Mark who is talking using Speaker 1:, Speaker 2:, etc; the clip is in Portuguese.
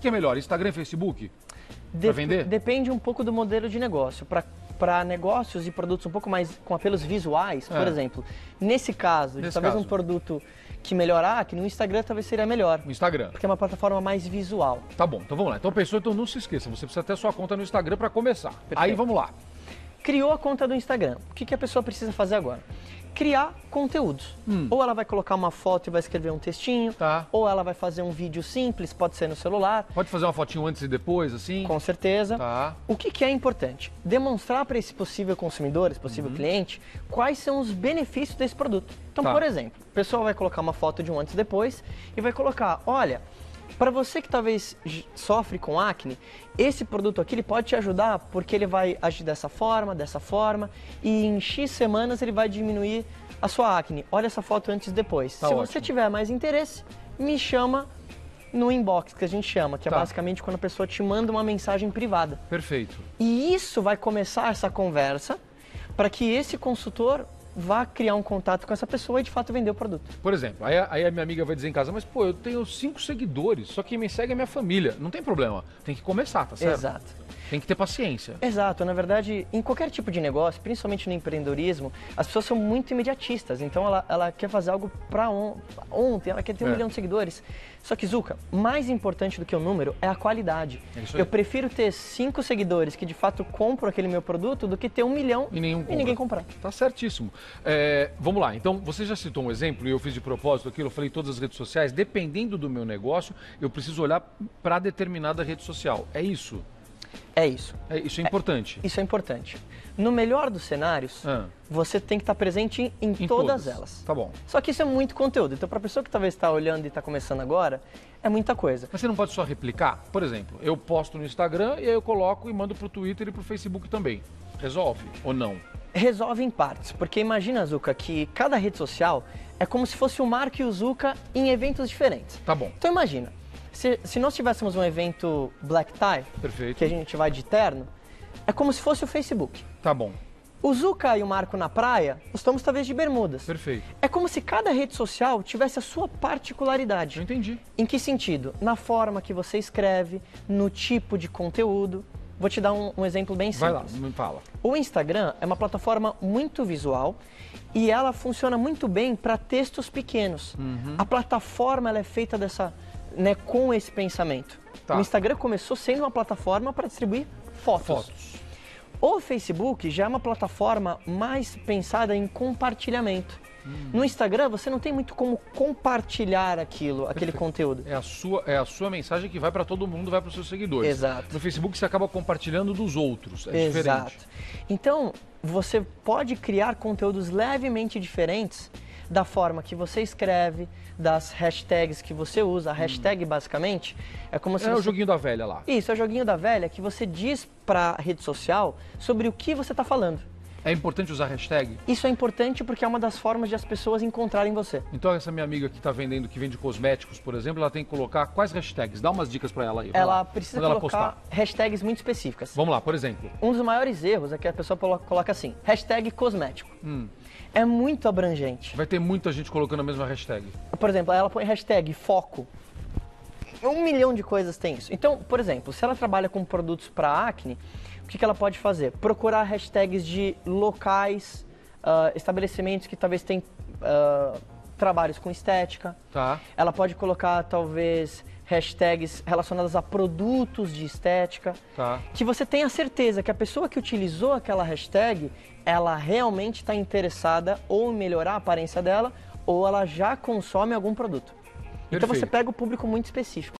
Speaker 1: que é melhor, Instagram e Facebook?
Speaker 2: Dep-
Speaker 1: Pra vender?
Speaker 2: Depende um pouco do modelo de negócio. Para negócios e produtos um pouco mais com apelos visuais, por
Speaker 1: É.
Speaker 2: exemplo, nesse caso, de
Speaker 1: Nesse
Speaker 2: talvez um
Speaker 1: caso.
Speaker 2: produto que melhorar, que no Instagram talvez seria melhor,
Speaker 1: No Instagram.
Speaker 2: porque é uma plataforma mais visual.
Speaker 1: Tá bom, então vamos lá. Então, pessoal, então não se esqueça, você precisa ter sua conta no Instagram para começar. Aí vamos lá.
Speaker 2: Criou a conta do Instagram. O que, que a pessoa precisa fazer agora? Criar conteúdos. Ou ela vai colocar uma foto e vai escrever um textinho,
Speaker 1: Hum. Tá.
Speaker 2: ou ela vai fazer um vídeo simples, pode ser no celular,
Speaker 1: Pode fazer uma fotinho antes e depois, assim?
Speaker 2: com certeza.
Speaker 1: Tá.
Speaker 2: O que, que é importante? Demonstrar para esse possível consumidor, esse possível cliente, quais são os benefícios desse produto. Então,
Speaker 1: Uhum. Tá.
Speaker 2: por exemplo, o pessoal vai colocar uma foto de um antes e depois e vai colocar, olha, para você que talvez j- sofre com acne, esse produto aqui ele pode te ajudar porque ele vai agir dessa forma, dessa forma e em X semanas ele vai diminuir a sua acne. Olha essa foto antes e depois.
Speaker 1: Tá
Speaker 2: Se você
Speaker 1: ótimo.
Speaker 2: tiver mais interesse, me chama no inbox, que a gente chama, que é
Speaker 1: Tá.
Speaker 2: basicamente quando a pessoa te manda uma mensagem privada.
Speaker 1: Perfeito.
Speaker 2: E isso vai começar essa conversa para que esse consultor vá criar um contato com essa pessoa e de fato vender o produto.
Speaker 1: Por exemplo, aí, a- aí a minha amiga vai dizer em casa, mas pô, eu tenho cinco seguidores, só quem me segue é minha família. Não tem problema. Tem que começar, tá certo?
Speaker 2: Exato.
Speaker 1: Tem que ter paciência.
Speaker 2: Exato, na verdade, em qualquer tipo de negócio, principalmente no empreendedorismo, as pessoas são muito imediatistas. Então ela, ela quer fazer algo para ontem, ela quer ter um
Speaker 1: É.
Speaker 2: milhão de seguidores. Só que, Zuka, mais importante do que o número é a qualidade.
Speaker 1: É isso aí.
Speaker 2: Eu prefiro ter cinco seguidores que de fato compram aquele meu produto do que ter um milhão
Speaker 1: E nenhum compra.
Speaker 2: ninguém comprar.
Speaker 1: Tá certíssimo. É, vamos lá, então você já citou um exemplo e eu fiz de propósito aquilo, eu falei todas as redes sociais, dependendo do meu negócio, eu preciso olhar para determinada rede social. É isso.
Speaker 2: É isso.
Speaker 1: É, isso é importante.
Speaker 2: Isso é importante. No melhor dos cenários,
Speaker 1: Ah.
Speaker 2: você tem que estar presente em, em
Speaker 1: Em
Speaker 2: todas, elas.
Speaker 1: Tá bom.
Speaker 2: Só que isso é muito conteúdo. Então, para pessoa que talvez está olhando e está começando agora, é muita coisa.
Speaker 1: Mas você não pode só replicar? Por exemplo, eu posto no Instagram e aí eu coloco e mando pro Twitter e pro Facebook também. Resolve ou não?
Speaker 2: Resolve em partes, porque imagina, Zuka, que cada rede social é como se fosse o Mark e o Zuka em eventos diferentes.
Speaker 1: Tá bom.
Speaker 2: Então, imagina, se, se nós tivéssemos um evento black tie,
Speaker 1: Perfeito.
Speaker 2: que a gente vai de terno, é como se fosse o Facebook.
Speaker 1: Tá bom.
Speaker 2: O Zuka e o Marco na praia, estamos talvez de bermudas.
Speaker 1: Perfeito.
Speaker 2: É como se cada rede social tivesse a sua
Speaker 1: Eu
Speaker 2: particularidade.
Speaker 1: entendi.
Speaker 2: Em que sentido? Na forma que você escreve, no tipo de conteúdo. Vou te dar um, um exemplo bem
Speaker 1: Vai lá,
Speaker 2: simples.
Speaker 1: me fala.
Speaker 2: O Instagram é uma plataforma muito visual e ela funciona muito bem para textos pequenos.
Speaker 1: Uhum.
Speaker 2: A plataforma ela é feita dessa, né, com esse pensamento.
Speaker 1: Tá.
Speaker 2: O Instagram começou sendo uma plataforma para distribuir
Speaker 1: Fotos.
Speaker 2: o Facebook já é uma plataforma mais pensada em compartilhamento.
Speaker 1: Hum.
Speaker 2: No Instagram você não tem muito como compartilhar aquilo, aquele conteúdo.
Speaker 1: É a sua, é a sua mensagem que vai para todo mundo, vai para os seus seguidores.
Speaker 2: Exato.
Speaker 1: No Facebook você acaba compartilhando dos outros. É diferente.
Speaker 2: Então você pode criar conteúdos levemente diferentes da forma que você escreve, das hashtags que você usa. A hashtag basicamente é como se
Speaker 1: Hum. É
Speaker 2: você...
Speaker 1: o joguinho da velha lá.
Speaker 2: Isso, é o joguinho da velha que você diz para rede social sobre o que você está falando.
Speaker 1: É importante usar hashtag?
Speaker 2: Isso é importante porque é uma das formas de as pessoas encontrarem você.
Speaker 1: Então essa minha amiga que está vendendo, que vende cosméticos, por exemplo, ela tem que colocar quais hashtags? Dá umas dicas para ela aí. vai
Speaker 2: Ela
Speaker 1: lá.
Speaker 2: precisa
Speaker 1: Quando
Speaker 2: colocar
Speaker 1: Ela postar.
Speaker 2: hashtags muito específicas.
Speaker 1: Vamos lá, por exemplo.
Speaker 2: Um dos maiores erros é que a pessoa colo- coloca assim, hashtag cosmético.
Speaker 1: Hum.
Speaker 2: É muito abrangente.
Speaker 1: Vai ter muita gente colocando a mesma hashtag.
Speaker 2: Por exemplo, ela põe hashtag foco. Um milhão de coisas tem isso. Então, por exemplo, se ela trabalha com produtos para acne, o que, que ela pode fazer? Procurar hashtags de locais, ah, estabelecimentos que talvez tenham ah, trabalhos com estética.
Speaker 1: Tá.
Speaker 2: Ela pode colocar, talvez, hashtags relacionadas a produtos de estética.
Speaker 1: Tá.
Speaker 2: Que você tenha certeza que a pessoa que utilizou aquela hashtag, ela realmente está interessada ou em melhorar a aparência dela, ou ela já consome algum produto. Então
Speaker 1: Perfeito.
Speaker 2: você pega o público muito específico.